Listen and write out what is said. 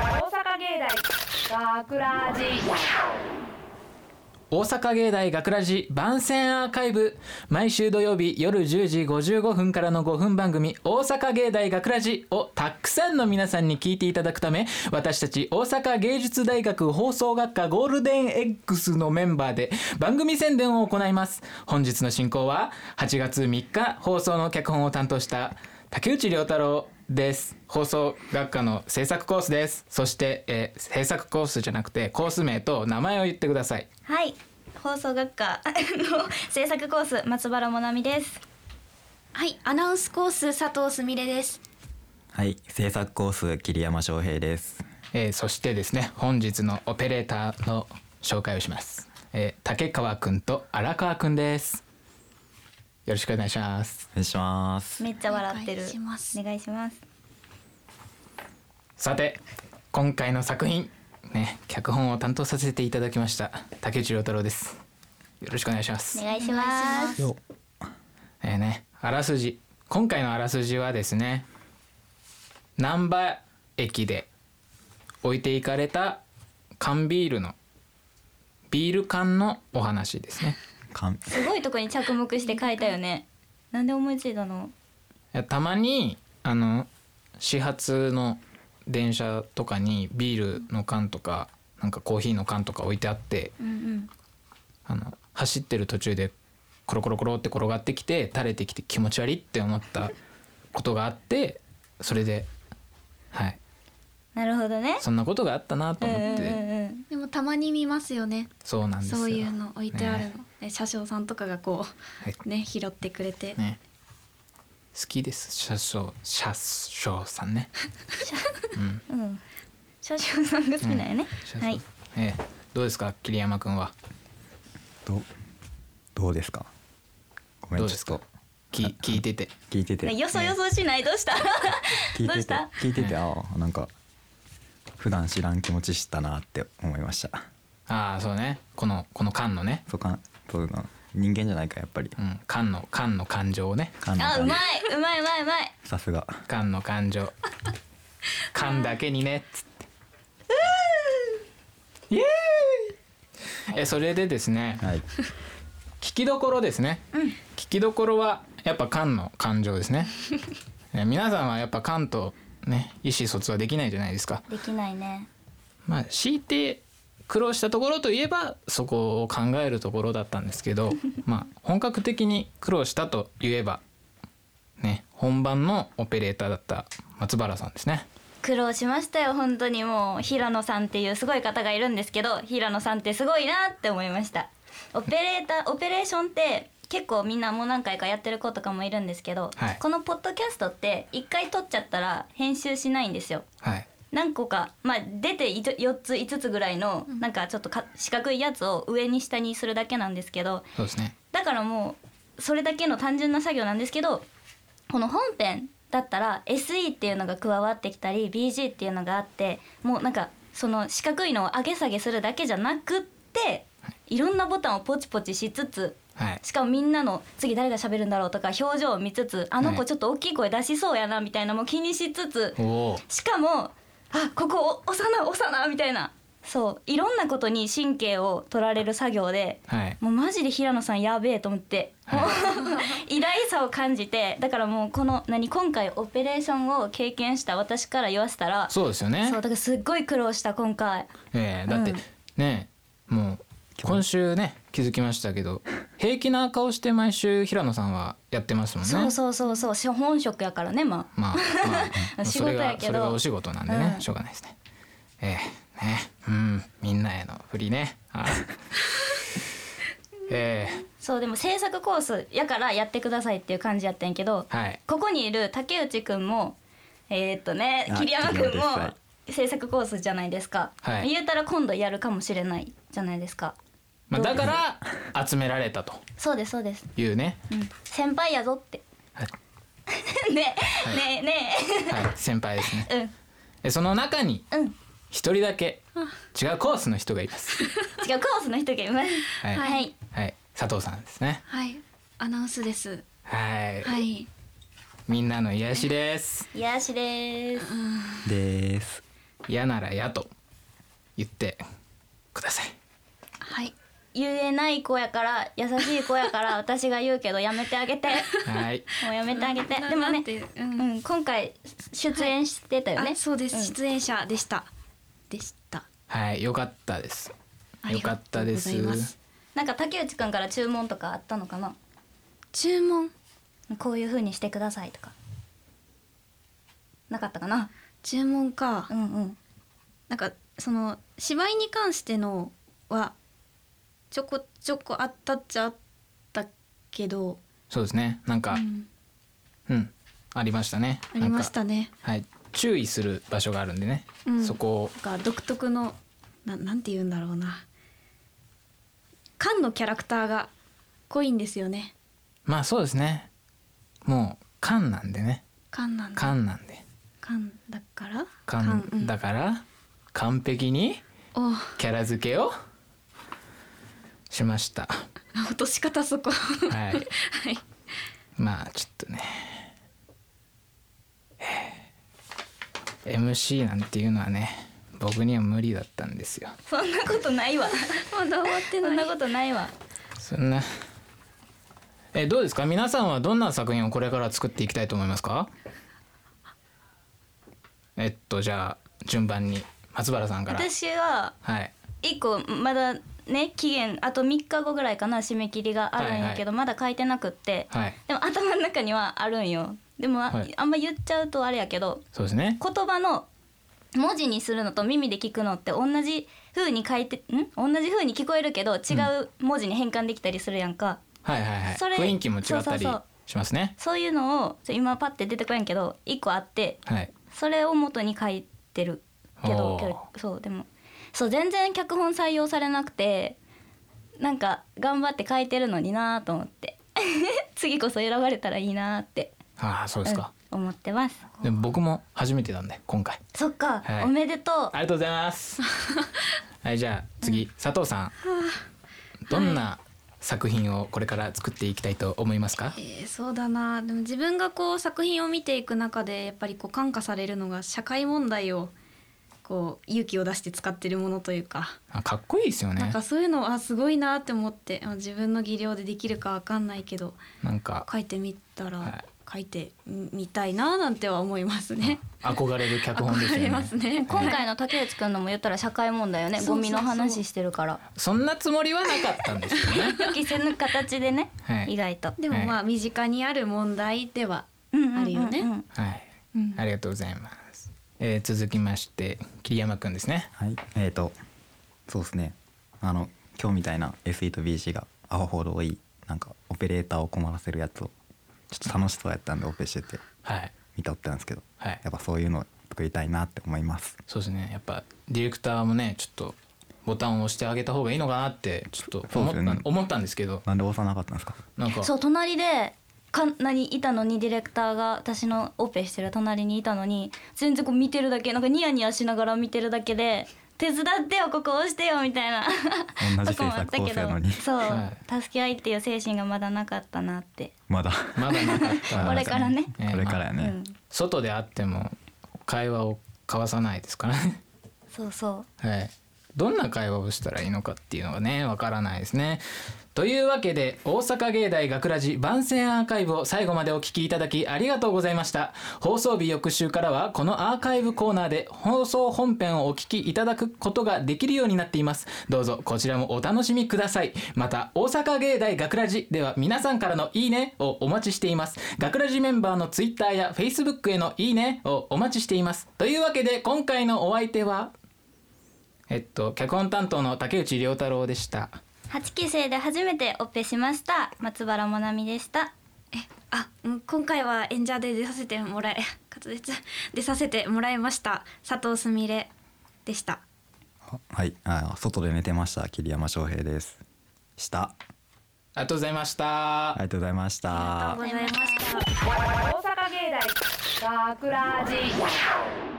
芸大学ラジ大阪芸大学ラジ番宣アーカイブ毎週土曜日夜10時55分からの5分番組「大阪芸大学ラジをたくさんの皆さんに聞いていただくため私たち大阪芸術大学放送学科ゴールデン X のメンバーで番組宣伝を行います本日の進行は8月3日放送の脚本を担当した竹内涼太郎です放送学科の制作コースですそして、えー制作コースじゃなくてコース名と名前を言ってくださいはい放送学科 の制作コース松原もなみですはい、アナウンスコース佐藤すみれです。はい、制作コース桐山翔平です。えーそしてですね本日のオペレーターの紹介をします、えー竹川くんと荒川くんですよろしくお願いしますお願いします。めっちゃ笑ってるお願いしますお願いしますさて今回の作品ね脚本を担当させていただきました竹内涼太郎ですよろしくお願いしますお願いしますよ、えーねあらすじ今回のあらすじはですね難波駅で置いていかれた缶ビールのビール缶のお話ですねかん、すごいとこに着目して書いたよねなんで思いついたのいやたまにあの始発の電車とかにビールの缶とかなんかコーヒーの缶とか置いてあってうんうんあの走ってる途中でコロコロコロって転がってきて垂れてきて気持ち悪いって思ったことがあってそれではいなるほどねそんなことがあったなとうんう思っんうんてうんでもたまに見ますよね。そうなんですよそういうの置いてあるねの。ね、車掌さんとかがこはいうね拾ってくれて。ね好きです車掌車掌さんねうん少々さんが好きなんやね、車掌はいええどうですか桐山君はど、どうですか。ごめどん、うちでょっすかとき聞いてて聞いてて、よそよそしないどうした 聞いどうてしてた、聞いてて、うああ、なんか。普段知らん気持ちしたなって思いました。ああそうねこのこの缶のね、そうか、そうなの、人間じゃないか、やっぱりう。ん、缶の缶の感情をねかんあうまいい。うまいうまいうまいさすが。缶の感 情缶だけにねっつってイエーイえそれでですね はい。聞きどころですね、聞きどころはやっぱ缶の感情 ですねね皆さんはやっぱ缶とね意思疎通はできないじゃないですかできないねまあ強いて苦労したところといえばそこを考えるところだったんですけどまあ本格的に苦労したといえばね本番のオペレーターだった松原さんですね。苦労しましたよ本当にもう平野さんっていうすごい方がいるんですけど平野さんってすごいなって思いましたオペレーターオ ペレーションって結構みんなもう何回かやってる子とかもいるんですけど、はいこのポッドキャストって1回撮っちゃったら編集しないんですよはい、何個か、まあ、出て4つ5つぐらいのなんかちょっとか四角いやつを上に下にするだけなんですけどそうですねだからもうそれだけの単純な作業なんですけどこの本編だったら SE っていうのが加わってきたり BG っていうのがあってもうなんかその四角いのを上げ下げするだけじゃなくっていろんなボタンをポチポチしつつはいしかもみんなの次誰が喋るんだろうとか表情を見つつあのは子いちょっと大きい声出しそうやなみたいなのも気にしつつおおーしかもあここお押さな押さなみたいなそういろんなことに神経を取られる作業ではいもうマジで平野さんやべえと思って、もう 偉大さを感じてだからもうこの何今回オペレーションを経験した私から言わせたらそうですよねそうだからすっごい苦労した今回えーだって、うんねもう今週ね気づきましたけど平気な顔して毎週平野さんはやってますもんね。そうそうそうそうし本職やからねま あまあ、まあまあ、仕そ事れがやけどそれがお仕事なんでね、うんしょうがないですね。ええね、うん、みんなへの振りね。 はいえそうでも制作コースやからやってくださいっていう感じやったんやけどえはい、ここにいる竹内くんもえーっとねあ桐山く桐ん山ですはも制作コースじゃないですか、はい言うたら今度やるかもしれないじゃないですかまあ、だから集められたとそうですそうですいうね。うん先輩やぞってはい、 ね、はいねねはい、先輩ですね。ええ、その中にうんうん一人だけ違うコースの人がいます。違うコースの人がいますはい、はい、はい、佐藤さんですね。はい、アナウンスです。はい、はい。みんなの癒しです。癒やしですでーす。嫌ならやと。言ってくださいはい言えない子やから優しい子 やから私が言うけどやめてあげてはいもうやめてあげてなでもなんね、てううんん、今回出演してたよね、あそうです、ん出演者でしたでしたはいよかったですあよりかがったとうでごすざいますなんか竹内くんから注文とかあったのかな注文こういう風にしてくださいとかなかったかな注文か、うんうんなんかその芝居に関してのはちょこちょこあったっちゃあったけど、そうですねなんかうんうん、ありましたねありましなんかたねはい注意する場所があるんでね、うんそこをなんか独特のななんて言うんだろうな缶のキャラクターが濃いんですよねまあそうですねもう缶なんでね缶なんだ缶なんで缶だから缶だかから完璧にら、うん、おキャラ付けをしました落とし方そこ ははいいまあちょっとねえー MC なんていうのはね僕には無理だったんですよそんなことないわまだ終わってそんなないことないわそんなえどうですか皆さんはどんな作品をこれから作っていきたいと思いますかえっとじゃあ順番に松原さんから私ははい一個まだね期限あと3日後ぐらいかな締め切りがあるんやけど、まだ書いてなくって、はいでも頭の中にはあるんよでもあ,、はいあんま言っちゃうとあれやけどそうですね言葉の文字にするのと耳で聞くのって同じ風に書いてん同じ風に聞こえるけど違う文字に変換できたりするやんか、はいはいはいそれ雰囲気も違ったりそうそうそうしますねそういうのをちょ今パッて出てこやんけど一個あってはいそれを元に書いてるけどおーけどそうでもそう全然脚本採用されなくてなんか頑張って書いてるのになーと思って 次こそ選ばれたらいいなーってああそうですか、うん思ってますでも僕も初めてなんで今回そっか、はいおめでとうありがとうございます はいじゃあ次佐藤さんどんな作品をこれから作っていきたいと思いますかえーそうだなでも自分がこう作品を見ていく中でやっぱりこう感化されるのが社会問題をこう勇気を出して使ってるものというか、あかっこいいですよなんねかそういうのあすごいなって思ってまあ自分の技量でできるかわかんないけどなんか書いてみたら、はい書いてみたいななんては思いますね。憧れる脚本ですよ憧れねますね。今回の竹内くんのも言ったら社会問題よねそうゴそうそミうの話してるからそんなつもりはなかったんですよね予期せぬ形でね、はい意外とでもまあ身近にある問題ではあるよね。うんうんうんうんはいうんありがとうございます、えー続きまして桐山くんですねはいえー、とそうですねあの今日みたいな SE と BC がアホほど多いなんかオペレーターを困らせるやつをちょっと楽しそうやったんでオペしててはい見とったんですけどはいやっぱそういうの作りたいなって思いますそうですねやっぱディレクターもねちょっとボタンを押してあげた方がいいのかなってちょっとそう思でっすた,、よね思ったんですけどなんで押さなかったんですかなんかそう隣でかなにいたのにディレクターが私のオペしてる隣にいたのに全然こう見てるだけなんかニヤニヤしながら見てるだけで「手伝ってよここ押してよ」みたいな同 じとこも制あっ作た構け成どのにそう、は助け合いっていう精神がまだなかったなってま だまだなかったこれからね、えーこれからやまあね、うん、外であっても会話を交わさないですからねそうそうはいどんな会話をしたらいいのかっていうのがねわからないですねというわけで大阪芸大学ラジ番宣アーカイブを最後までお聞きいただきありがとうございました放送日翌週からはこのアーカイブコーナーで放送本編をお聞きいただくことができるようになっていますどうぞこちらもお楽しみくださいまた大阪芸大学ラジでは皆さんからのいいねをお待ちしています学ラジメンバーのツイッターやフェイスブックへのいいねをお待ちしていますというわけで今回のお相手はえっと脚本担当の竹内涼太郎でした8期生で初めてオペしました松原もなみでしたあ、うん今回は演者で出させても らえ、滑舌出させてもらいました。佐藤すみれでした。はいあ外で寝てました桐山翔平ですしたありがとうございました、ありがとうございましたありがとうございました。大阪芸大学ラジ